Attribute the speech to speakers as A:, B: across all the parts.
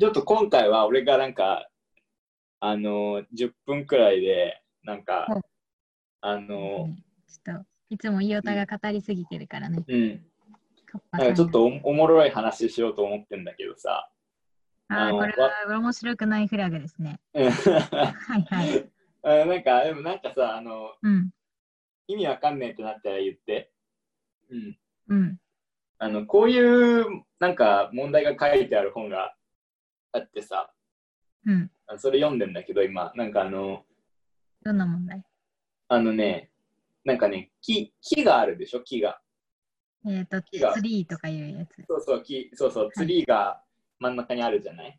A: ちょっと今回は俺がなんか、あのー、10分くらいで、なんか、
B: はい
A: あ
B: う
A: の
B: んちょっと、いつも飯尾田が語りすぎてるからね。
A: ー、うん、
B: カッパ
A: な
B: さ
A: ん
B: ん
A: かち
B: が
A: ょっとおおもろい話しようと思ってんだけどさ、
B: あ
A: あ
B: あ、
A: の
B: これは面白くないフラグですね。
A: うん
B: はい はい。
A: あなんか、でもなんかさ、あの、
B: うん。
A: 意味わかんねえってなったら言って、うん、
B: うん。
A: あの、こういう、なんか問題が書いてある本があってさ、
B: うん。
A: あそれ読んでんだけど、今、なんかあの、
B: どんな問題
A: あのね、なんかね、木、木があるでしょ、木が。
B: えっ、と、
A: 木が
B: ツリーとかいうやつ。
A: そうそう、木、そうそう、ツリーが真ん中にあるじゃない。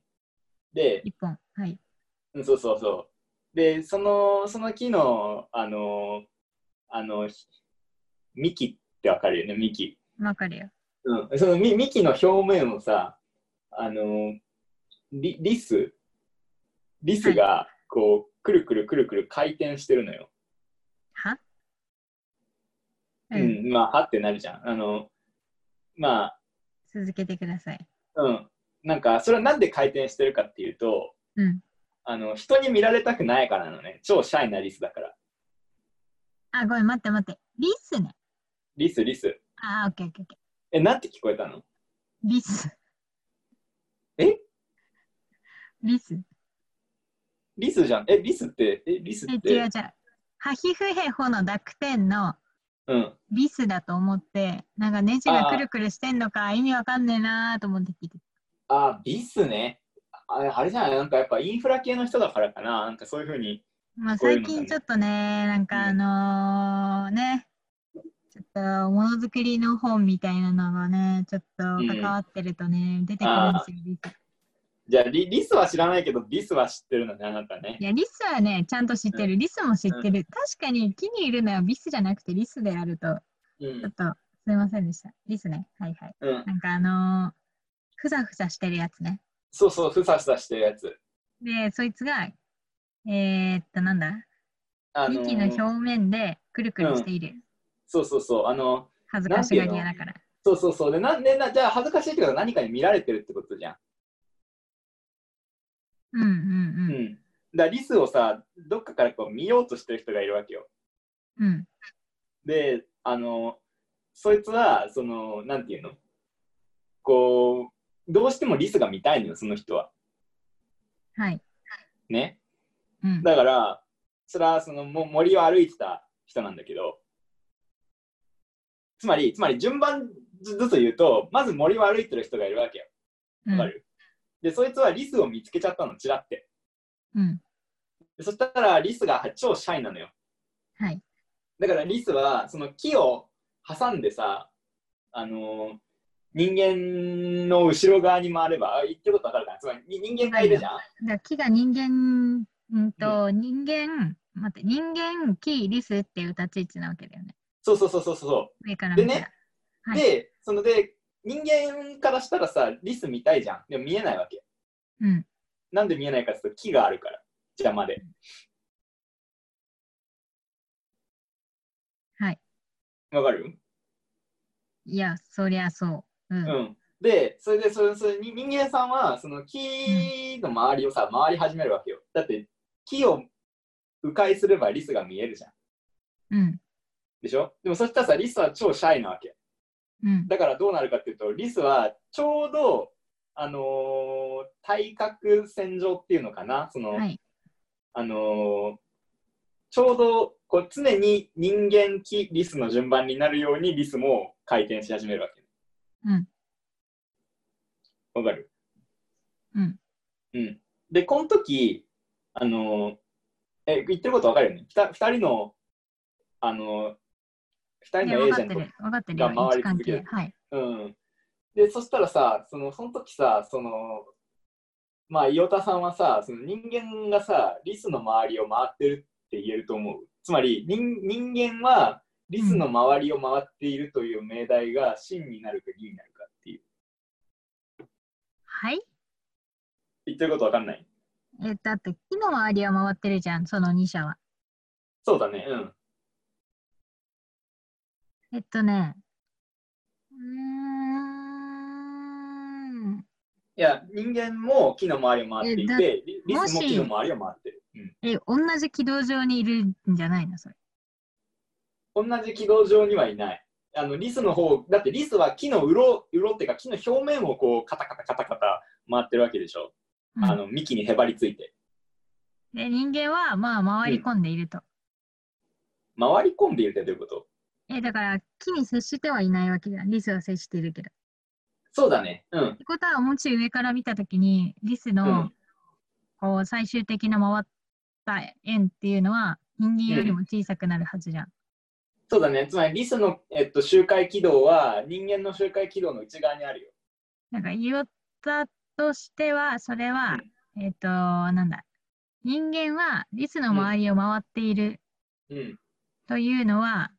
A: で、
B: 一本。はい。
A: うんそうそうそう。で、その、その木の、あの、あの、ひ幹ってわかるよね、幹。
B: わかるよ。
A: うん。そのみ幹の表面をさ、あの、リリス、リスが、こう、くるくるくるくる回転してるのよ。
B: は
A: う
B: う、
A: んん、まあ、はってなるじゃん。あの、まあ、
B: 続けてください。
A: うん、なんかそれはなんで回転してるかっていうと
B: うん。
A: あの人に見られたくないからなのね超シャイなリスだから
B: あ、ごめん、待って待って。リスね。
A: リスリス
B: あー、オッケーオッケーオッケ
A: えなんて聞こえたの
B: ー。リス。
A: え
B: リス。
A: リスじゃんえリスってえリス
B: え
A: っ、
B: 違う違
A: て
B: う。ハヒフヘホの濁点の
A: うん
B: リスだと思って、なんかネジがくるくるしてんのか意味わかんねえなーと思って聞いて
A: あリスねああれじゃないなんかやっぱインフラ系の人だからかななんかそういうふうに
B: まあ、
A: こういう
B: 最
A: の
B: 近ちょっとね、なんかあのね、ちょっとものづくりの本みたいなのがね、ちょっと関わってるとね、出てくるんですよ、リス。
A: じゃあリリスは知らないけどリスは知ってるのねあなたね
B: いや、リスはね、ちゃんと知ってる、リスも知ってる。確かに木にいるのはリスじゃなくてリスであると、
A: う
B: ちょっ
A: ん
B: とすいませんでした。リスね、はいはい。
A: うん
B: なんかあのーふさふさしてるやつね。
A: そうそうふさふさしてるやつ
B: で、そいつが、えー、っと、なんだ、
A: あのー
B: 幹の表面でくるくるしている。
A: そうそうそうあの
B: 恥ずかしがり屋だから。
A: そうそうそうでなんでなじゃあ恥ずかしいけど何かに見られてるってことじゃん
B: うんうんうん。
A: うん、だからリスをさどっかからこう見ようとしてる人がいるわけよ
B: うん。
A: であのそいつはそのなんていうのこうどうしてもリスが見たいのよその人は
B: はい。
A: ね
B: うん。
A: だからそれはそのも森を歩いてた人なんだけどつまりつまり順番ずずつ言うとまず森を歩いてる人がいるわけよわかる、でそいつはリスを見つけちゃったのちらって
B: うん。
A: でそしたらリスが超シャイなのよ
B: はい。
A: だからリスはその木を挟んでさ、あのー人間の後ろ側に回れば、あ言ってることわかるかなつまりに人間がいるじゃん。
B: だから木が人間、うんと、人間、待って、人間、木、リスっていう立ち位置なわけだよね。
A: そうそうそうそうそ
B: 上から
A: で
B: 見
A: ね
B: たら。
A: う。
B: はい
A: で、そので、人間からしたらさ、リス見たいじゃん。でも見えないわけ。
B: うん。
A: なんで見えないかっていうと、木があるから。邪魔で。
B: はい。
A: わかる
B: いや、そりゃそう。う。
A: うんん。で、それで、それそれに人間さんは、その木の周りをさ、回り始めるわけよ。だって、木を迂回すればリスが見えるじゃん。
B: うん。
A: でしょでもそしたらさ、リスは超シャイなわけ。
B: うん。
A: だからどうなるかっていうと、リスはちょうど、あのー対角線上っていうのかな、その、
B: はい。
A: あのーちょうどこう常に人間、木、リスの順番になるようにリスも回転し始めるわけ。
B: うん。
A: わかる
B: うん。
A: うん。で、この時、あのーえ、言ってることわかるよね。ふた二人の、あのー、二
B: い
A: 人
B: や、
A: のエー
B: 分
A: ジェ
B: かっ
A: ン
B: て
A: ト
B: る。分かってる
A: が
B: よ。
A: 回
B: 位
A: り
B: 置関
A: 続ける
B: 係。はい。
A: うん。で、そしたらさ、そのその時さ、その、まあ、伊予田さんはさ、その人間がさ、リスの周りを回ってるって言えると思う。つまり、人人間はリスの周りを回っているという命題が真になるか義になるかっていう。
B: はい。
A: 言ってることわかんない。
B: え、だって木の周りは回ってるじゃん、その2社は。
A: そうだね、うん。
B: えっとね。うーん。
A: いや、人間も木の周りを回ってい
B: えだ
A: て、リリスも
B: もし
A: 木の周りを回ってる。うん
B: え、同じ軌道上にいるんじゃないのそれ。
A: 同じ軌道上にはいない。あのリスの方、だってリスは木のうろ、うろっていうか木の表面をこうカタカタカタカタ回ってるわけでしょ。
B: うん
A: あの幹にへばりついて。
B: で、人間は、まあ、回り込んでいると。
A: 回り込んでいるってどういうこと
B: え、だから、木に接してはいないわけだ。リスは接しているけど。っ
A: そうだね。うん。
B: てことは、もうちょい上から見たときに、リス
A: う
B: の、
A: ん、
B: こう、最終的な回った円っていうのは、人間よりも小さくなるはずじゃん。
A: そうだね。つまりリスの、えっと、周回軌道は人間の周回軌道の内側にあるよ。
B: なんか、言おったとしては、それは、えっ、と、なんだ。人間は、リスの周りを回っている
A: うん。
B: というのは、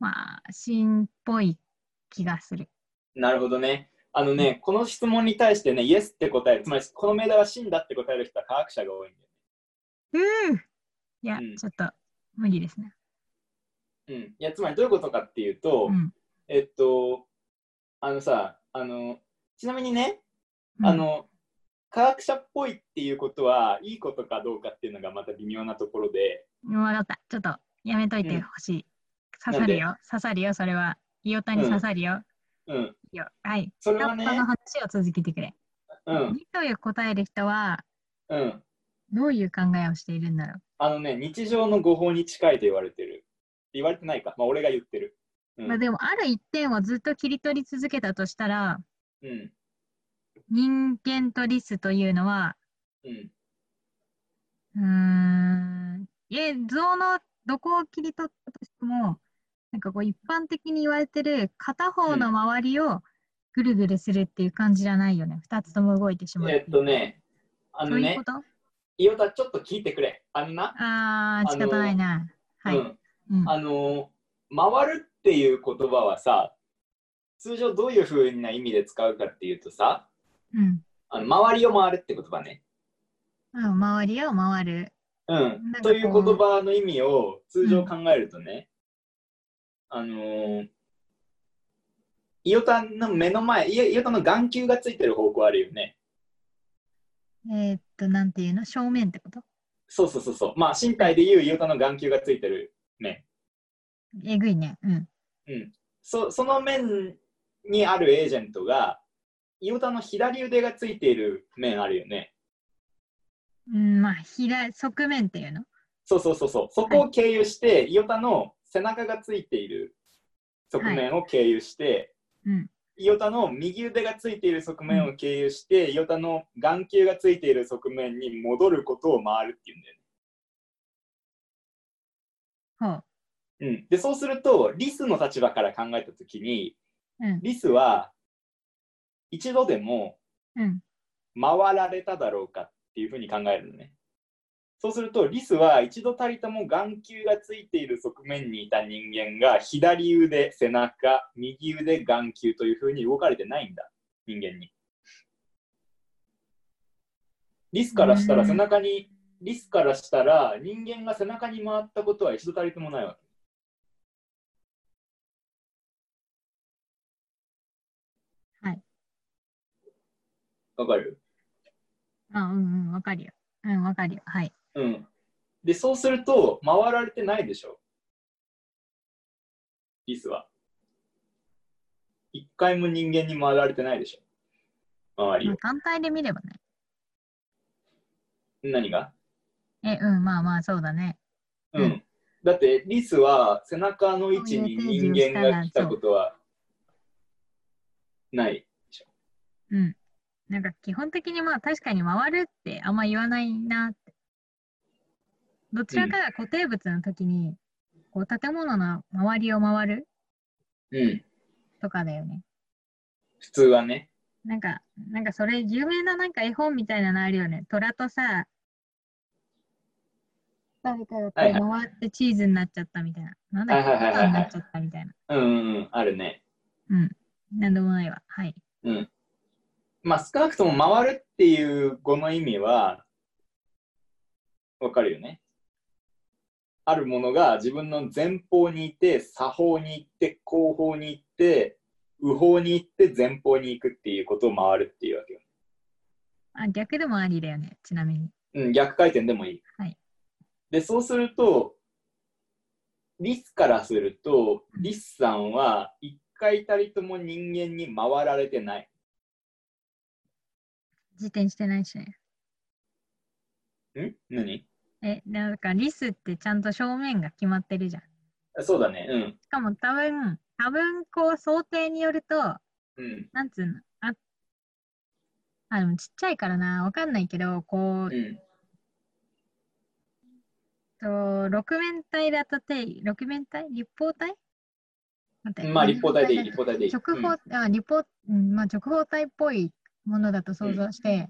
B: まあ、真っぽい気がする。
A: なるほどね。あのね、この質問に対してね、イエスって答える、つまりこの命題は真だって答える人は科学者が多いんだよ。
B: うーいや、
A: うん
B: ちょっと無理ですね。
A: うん、いやつまりどういうことかっていうと、
B: うん
A: えっとあのさあのちなみにね、
B: うん
A: あの科学者っぽいっていうことはいいことかどうかっていうのがまた微妙なところで
B: わかった。ちょっとやめといてほしい。刺
A: な
B: さ
A: んで
B: るよ。刺さるよ、それは。イオタに刺さるよ。
A: うん
B: いいよはい。
A: それ
B: ラ
A: は
B: ッ
A: ね
B: パの話を続けてくれ。
A: うん
B: 理解を答える人は、
A: うん
B: どういう考えをしているんだろう。
A: あのね日常の誤報に近いと言われてる言われてないかまあ俺が言ってるうん
B: まあ、でも、ある一点をずっと切り取り続けたとしたら、
A: うん
B: 人間とリスというのは、
A: うん
B: うーん映像のどこを切り取ったとしても、なんかこう一般的に言われてる片方の周りをぐるぐるするっていう感じじゃないよね。二つとも動いてしまう。
A: えっとねあ
B: そ
A: の
B: ういう
A: ね
B: こと
A: 伊予田ちょっと聞いてくれあんな、
B: ああ、
A: あ
B: 仕
A: の
B: 方ないな。はい。
A: う
B: うん
A: んあのー回るっていう言葉はさ通常どういうふうな意味で使うかっていうとさ
B: うん。
A: あの周りを回るって言葉ね。
B: うん。周りを回る。
A: うん
B: なんかこ、う
A: という言葉の意味を通常考えるとね、あのー、伊予田の目の前伊予伊予田の眼球がついてる方向あるよね。
B: えーっと、なんていうの正面ってこと
A: そうそうそうそうまあ身体でいう伊予田の眼球がついてる面
B: えぐいね。うん。
A: そその面にあるエージェントが伊予田の左腕がついている面あるよね。
B: うん、まあ、左、側面っていうの
A: そうそうそうそう。そこを経由して、伊予田の背中がついている側面を経由して、
B: うん。
A: 伊予田の右腕がついている側面を経由して、伊予田の眼球がついている側面に戻ることを回るっていうんだよ
B: ほう。
A: ね。うん。で、そうすると、リスの立場から考えたときに、
B: うん。
A: リスは一度でも
B: うん。
A: 回られただろうかっていうふうに考えるのね。そうすると、リスは一度たりとも眼球がついている側面にいた人間が左腕、背中、右腕、眼球というふうに動かれてないんだ、人間に。リスからした
B: う
A: ら
B: ん
A: 背中に、リスからしたら人間が背中に回ったことは一度たりともないわけ。
B: はい。
A: わかる
B: あ、うんうん。わかるよ。うん、わかるよ。はい。
A: うん。で、そうすると、回られてないでしょ。リスは。一回も人間に回られてないでしょ。周り
B: まあ
A: を。
B: 単体で見ればね。
A: 何が
B: え、うん、まあまあ、そうだね。
A: うん。
B: うん
A: だって、リスは背中の位置に
B: そういう
A: 人間
B: 定義をした
A: が来た
B: ら
A: ことはない。
B: うん。なんか基本的にまあ確かに回るってあんま言わないなって。どちらかが固定物の時に、こう建物の周りを回る
A: うん。
B: とかだよね。
A: 普通はね。
B: なんか、なんかそれ有名ななんか絵本みたいなのあるよね。虎とさ、誰かがこう
A: はい
B: 回ってチーズになっちゃったみたいな。なんだっけ、
A: はいはいはいはいはい
B: パンになっちゃったみたいな。
A: うんうんうん。あるね。
B: うん。なんでもないわ。はい。
A: うん。まあ、少なくとも回るっていう語の意味は、わかるよね。あるものが自分の前方にいて、左方に行って、後方に行って、右方に行って前方に行くっていうことを回るっていうわけよ。
B: あ、逆でもありだよね、ちなみに。
A: うん、逆回転でもいい。
B: はい
A: で、そうすると、リスからすると、
B: うん
A: リスさんは一回たりとも人間に回られてない。
B: 自転してないしね。
A: ん何
B: え、なんかリスってちゃんと正面が決まってるじゃん。し
A: あそうだね。うん。
B: かも多分、多分こう想定によると、
A: うん。
B: なんつうの、あ、あ、でもちっちゃいからな、わかんないけど、こ
A: う
B: う、
A: ん。
B: と、六面体だとて、六面体立方体待って
A: まあ、立方体でいい、
B: だ
A: 立方体でいい。
B: 直方、あ、立方、うん、まあ、直方体っぽいものだと想像して、
A: うん。うん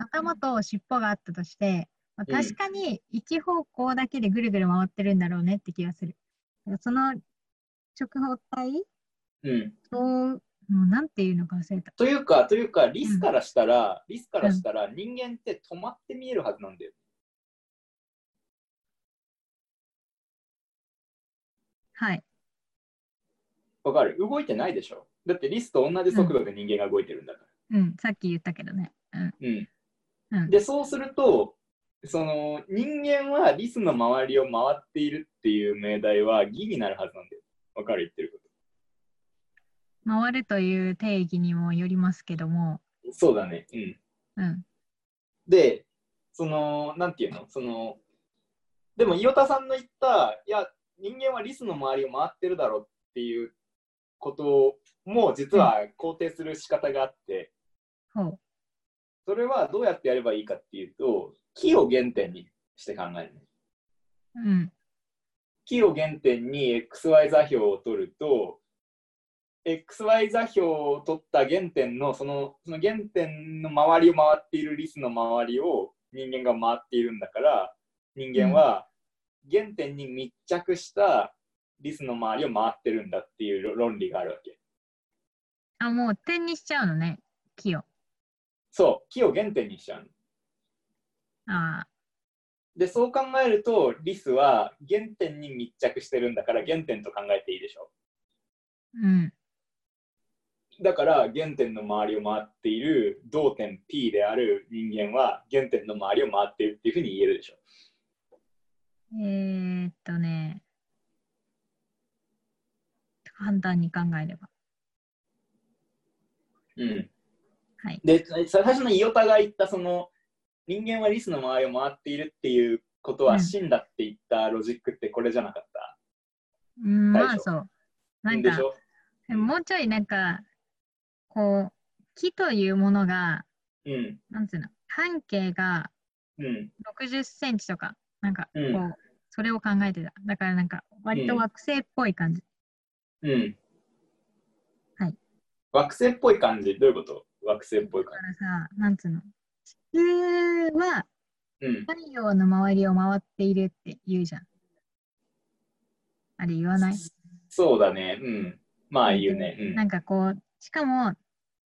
B: 頭と尻尾があったとして、まあ
A: うん
B: 確かに一方向だけでぐるぐる回ってるんだろうねって気がする。だからその直方体
A: うん。
B: と、もうなんていうのか忘れた。
A: というか、というか、リスからしたら、リスからしたら、人間って止まって見えるはずなんだよ。
B: はい。
A: わかる動いてないでしょだってリスと同じ速度で人間が動いてるんだから。
B: うん、さっき言ったけどね。うん。
A: うん。
B: うん、
A: でそうするとその人間はリスの周りを回っているっていう命題は義になるはずなんだよ。わかる言ってるこ
B: 回るという定義にもよりますけども、
A: と。そうだね。うん。
B: うん、
A: でそのなんていうのそのでも伊予田さんの言ったいや人間はリスの周りを回ってるだろうっていうことも実は肯定する仕方があって、
B: ほう。
A: それはどうやってやればいいかっていうと木を原点にして考えるね。
B: うん、
A: 木を原点に XY 座標を取ると XY 座標を取った原点のそのその原点の周りを回っているリスの周りを人間が回っているんだから人間は原点に密着したリスの周りを回ってるんだっていう論理があるわけ。
B: あ、もう点にしちゃうのね、木を。
A: そう木を原点にしちゃうの。
B: あ
A: でそう考えるとリスは原点に密着してるんだから原点と考えていいでしょ。
B: ーうん、
A: だから原点の周りを回っている同点 P である人間は原点の周りを回っているっていうふうに言えるでしょ。
B: えー、っとね、簡単に考えれば。
A: うん、
B: はい。
A: でさ最初の伊予田が言ったその人間はリスの周りを回っているっていうこと
B: う
A: は
B: ん
A: 真だって言ったロジックってこれじゃなかった、
B: うん、
A: 大
B: まあ
A: 丈夫
B: そう。なん
A: で
B: か
A: し、ょ、
B: もうちょいなんか、こう、木というものが、
A: うん
B: なんつうの、半径が
A: うん
B: 60センチとか、なんか、
A: う
B: こ
A: ん
B: う、それを考えてた。だからなんか、割と惑星っぽい感じ。
A: うん
B: はい
A: 惑星っぽい感じどういうこと惑星っぽい
B: だ
A: 感
B: からさ、なんつうの、地球は
A: じ、うん、
B: 太陽の周りを回っているって言うじゃん。あれ言わない
A: そうだねうんまあ言うね、うん、
B: なんかこう、しかも、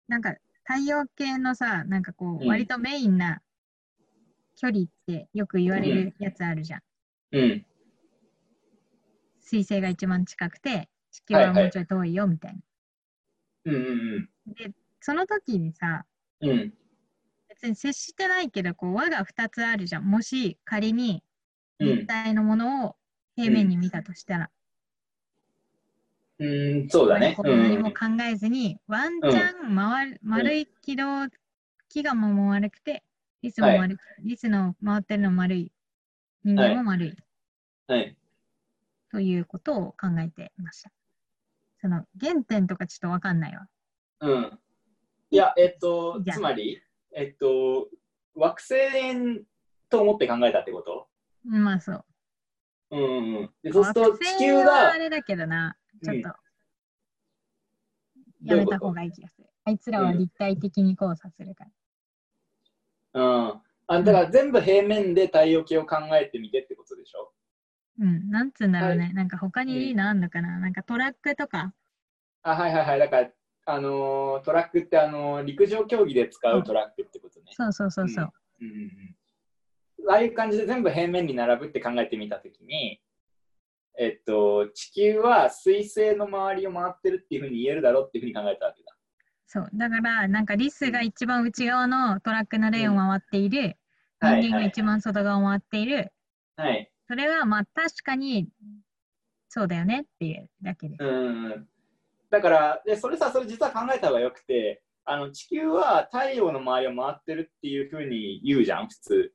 B: なんか太陽系のさ、なんかこ
A: う
B: う、
A: ん
B: 割とメインな距離ってよく言われるやつあるじゃん。
A: うん
B: 水星が一番近くて、地球はもうちょい遠いよみたいな。
A: うんうん
B: その時にさ、
A: うんうん
B: 別に接してないけど、こう輪が2つあるじゃん。もし仮に
A: うん
B: 立体のものを平面に見たとしたら。
A: うーん、そうだね。
B: こ
A: う
B: う何も
A: ん
B: 考、えずに、ワンチャン回る、丸い軌道、木がもう丸くて、リスも丸く、リスの回ってるのも丸い、人間も丸い、
A: はい。
B: ということを考えていました。その原点とかちょっとわかんないわ。
A: うん。いや、えっと
B: じ、ゃあ
A: つまり、えっと、惑星と思って考えたってこと
B: まあそう。
A: うんうんうん。でそうすると、
B: 惑
A: 地
B: 星
A: 球
B: は
A: が
B: あ、れだけどな、ちょっと、
A: ん
B: やめた方がいい気がする。あいつらは立体的に交差するから。
A: うん。あだから全部平面で太陽系を考えてみてってことでしょ
B: うん、なんつうんだろうね。
A: は
B: なんか他にいいのあんのかな、なんかトラックとか。
A: あ、はいはいはい。だから、あのートラックって、あのー陸上競技で使うトラックってことね。
B: そうそうそうそう。
A: うんうんうんああいう感じで全部平面に並ぶって考えてみたときに、えっと、地球は水星の周りを回ってるっていうふうに言えるだろうっていうふうに考えたわけだ。
B: そうだからなんかリスが一番内側のトラックのレーンを回っている、人間が一番外側を回っている、
A: はい、はい。
B: それはまあ確かにそうだよねっていうだけです。
A: うん。だから、でそれさ、それ実は考えた方がよくて、あの地球は太陽の周りを回ってるっていうふうに言うじゃん、普通。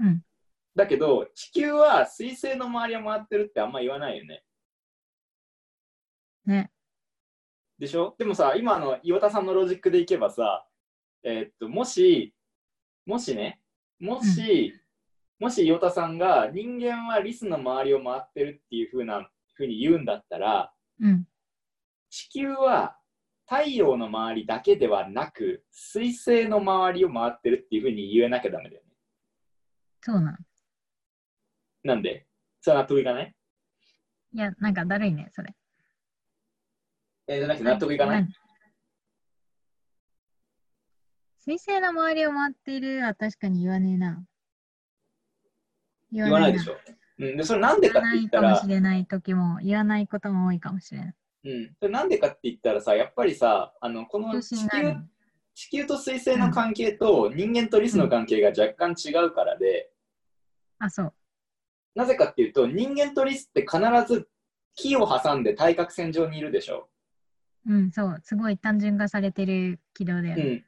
B: うん、
A: だけど、地球は水星の周りを回ってるってあんま言わないよね。
B: ね。
A: でしょでもさ、今の岩田さんのロジックでいけばさ、えーっと、もし、もしね、もし、もし岩田さんが人間はリスの周りを回ってるっていう風な、風に言うんだったら、
B: うん、
A: 地球は太陽の周りだけではなく、水星の周りを回ってるっていう風に言えなきゃダメだよね。
B: そうなん。
A: なんでそれは納得いかない
B: いや、なんかだるいね、それ。
A: えーじゃなくて納得いかない、
B: うん水星の周りを回っているは確かに言わねえな。言
A: 言わないでしょ。うん、でそれなんで
B: 言
A: か
B: わ
A: って
B: な
A: 言っ
B: い
A: た
B: かも
A: ら
B: し、れない時も、言わないことも多いかもしれない。
A: うん、それなんでかって言ったらさ、やっぱりさ、あのこの
B: 調子
A: 地
B: にな
A: 球
B: る。
A: 地球と水星の関係と人間とリスの関係が若干違うからで、
B: あ、そう。
A: なぜかっていうと人間とリスって必ず木を挟んで対角線上にいるでしょ、
B: うん、そう。すごい単純化されてる軌道だよ
A: う
B: ね。
A: ん、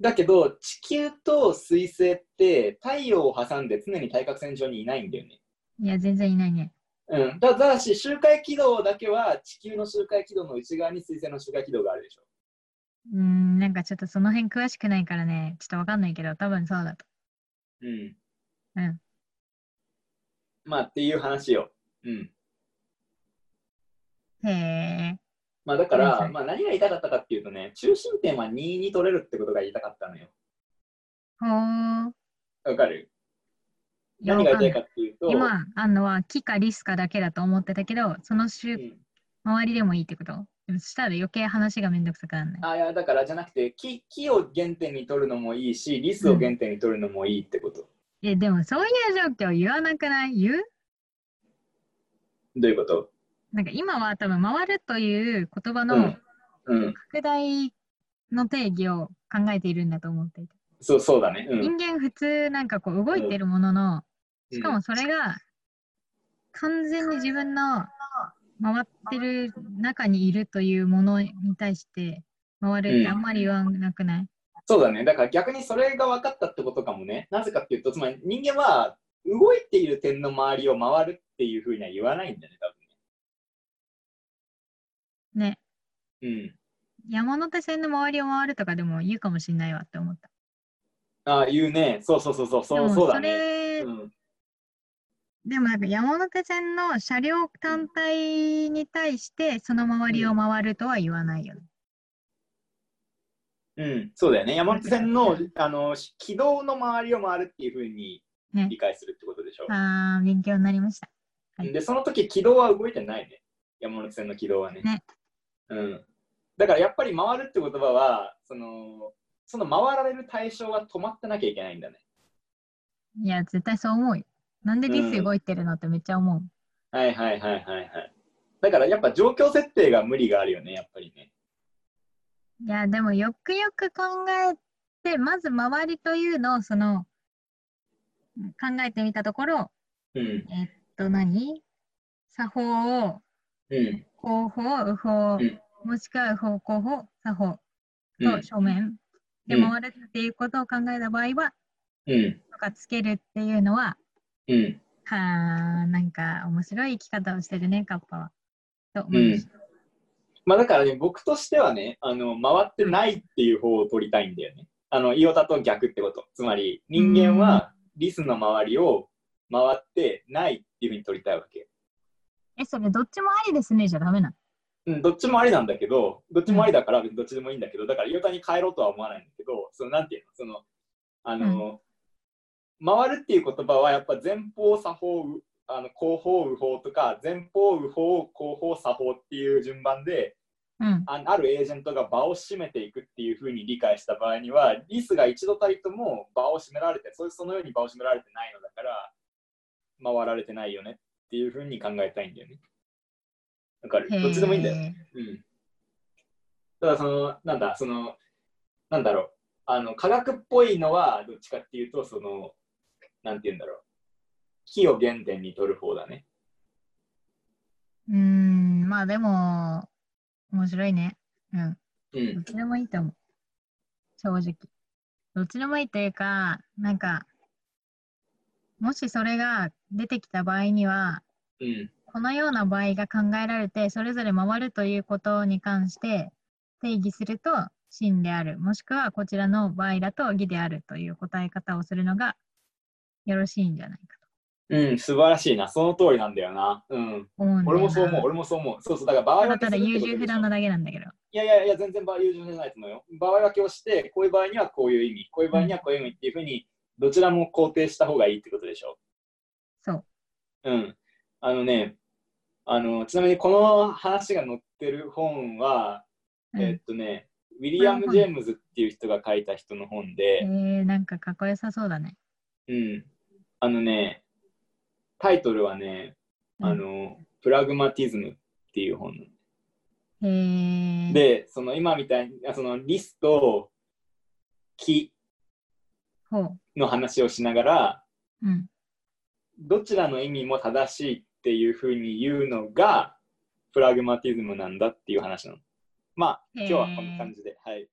A: だけど地球と水星って太陽を挟んで常に対角線上にいないんだよね、
B: いや、全然いないね。
A: うん、ただし周回軌道だけは地球の周回軌道の内側に水星の周回軌道があるでしょ
B: うん、なんかちょっとその辺詳しくないからね、ちょっとわかんないけど、多分そうだと。
A: うん、
B: うん
A: まあっていう話よ、うん、
B: へえ。
A: まあだか
B: は
A: ら、
B: い
A: まあ、何が言いたかったかっていうとね、中心点は2に取れるってことが言いたかったのよ。
B: ほー。
A: わかる
B: いや
A: 何が言いたい
B: わかんない
A: かっていうと、
B: 今あんのは木かリスかだけだと思ってたけど、その
A: う
B: 周
A: ん、
B: 周りでもいいってことでもそしたら余計話がめんどくさくなるね。
A: あいやだからじゃなくて木、木を原点に取るのもいいし、リスを原点に取るのもいいってこと。
B: え、でもそういう状況言わなくない言う
A: どういうこと
B: なんか今は多分回るという言葉
A: う
B: の
A: んうん、
B: 拡大の定義を考えているんだと思っていて。
A: そうそうだね。うん、
B: 人間普通なんかこう動いてるものの、しかもそれが完全に自分の回ってる中にいるというものに対して回るってあんまり言わなくない、
A: そうだね。だから逆にそれが分かったってことかもね。なぜかっていうと、つまり人間は動いている点の周りを回るっていうふうには言わないんだね、多
B: ね。
A: 分。うん。
B: 山手線の周りを回るとかでも言うかもしれないわって思った。
A: ああ、言うね。そうそうそうそう、
B: で
A: そう
B: も
A: そうだ
B: そ
A: ね。
B: れ、
A: うん
B: でもなんか山手線の車両単体に対してその周りを回るとは言わないよね。
A: うん、そうだよね。山手線
B: う
A: の
B: ん
A: あの軌道の周りを回るっていうふうに
B: ね
A: 理解するってことでしょ。
B: あー勉強になりました。はい
A: で、その時軌道は動いてないね。山手線の軌道はね。
B: ね
A: うん、だからやっぱり回るって言葉はその、その回られる対象が止まってなきゃいけないんだね。
B: いや、絶対そう思うよ。なんでリ
A: う
B: ス
A: ん
B: 動いてるのってめっちゃ思う。
A: はいはいはいはいはい。だからやっぱ状況設定が無理があるよね、やっぱりね。
B: いや、でもよくよく考えて、まず周りというのをその考えてみたところ、
A: うん、
B: えっと何作法を
A: うん、
B: 後方、右方
A: うん、
B: もしくは右方、後方、左方
A: う
B: と
A: ん、
B: 正面で
A: うん
B: 回るっていうことを考えた場合は、
A: うん、
B: とかつけるっていうのは、
A: うん。
B: はあ、なんか面白い生き方をしてるね、カッパは。と思いました。
A: まあだからね、僕としてはね、あの回ってないっていう方を取りたいんだよね。あの、イオタと逆ってこと。つまり、人間はリスの周りを回ってないっていうふうに取りたいわけ。
B: え、それどっちもありですね、じゃダメなの。
A: うん、どっちもありなんだけど、どっちもありだから、どっちでもいいんだけど、だからイオタに変えろとは思わないんだけど、その、なんていうの、その、あの、回るっていう言葉はやっぱ前方、左方、うあの後方、右方とか、前方、右方、後方、左方っていう順番で、
B: うん。
A: ああるエージェントが場を占めていくっていうふうに理解した場合には、リスが一度たりとも場を占められて、それそのように場を占められてないのだから、回られてないよねっっていうふうに考えたいんだよね。わかる どっちでもいいんだよ。
B: よ。
A: うん。ただその、なんだ、その、なんだろう、あの、科学っぽいのは、どっちかっていうと、その、なんて言うんだろう、木を原点に取る方だね。
B: うーん、まあでも、面白いね。うん。
A: うん
B: どっ。ちでもいいと思う。正直。どっちでもいいというか、なんか、もしそれが出てきた場合には、
A: うん。
B: このような場合が考えられて、それぞれ回るということに関して定義すると、真である、もしくはこちらの場合だと義であるという答え方をするのがよろしいんじゃないか
A: うん、素晴らしいな。その通りなんだよな。うん。
B: と思うんだよ
A: 俺
B: な
A: もそう思う、俺もそう思う。そうそう、だから場合
B: ただ
A: 分け
B: た
A: す
B: だ
A: るって
B: 優
A: ことでし
B: 柔
A: ょ
B: 不断なだけなんだけど。
A: いやいやいや、全然場合優柔不断じゃないと思うよ。場合分けをして、こういう場合にはこういう意味、こういう場合にはこういう意味っていうふうに、どちらも肯定した方がいいってことでしょ。
B: そう。
A: うん。あのね、あの、ちなみにこの話が載ってる本は、
B: うん
A: えっとね、ウィリアム・ジェームズっていう人が書いた人の本で、
B: えー、なんかかっこよさそうだね。
A: うん。あのね、タイトルはね、
B: うん
A: あの、プラグマティズムっていう本なの
B: えー、
A: で、その今みたいに、あそのリスと木
B: ほう。
A: の話をしながら、
B: うん。
A: どちらの意味も正しいっていうふうに言うのが、プラグマティズムなんだっていう話なの。まあ、今日はこんな感じで。はい。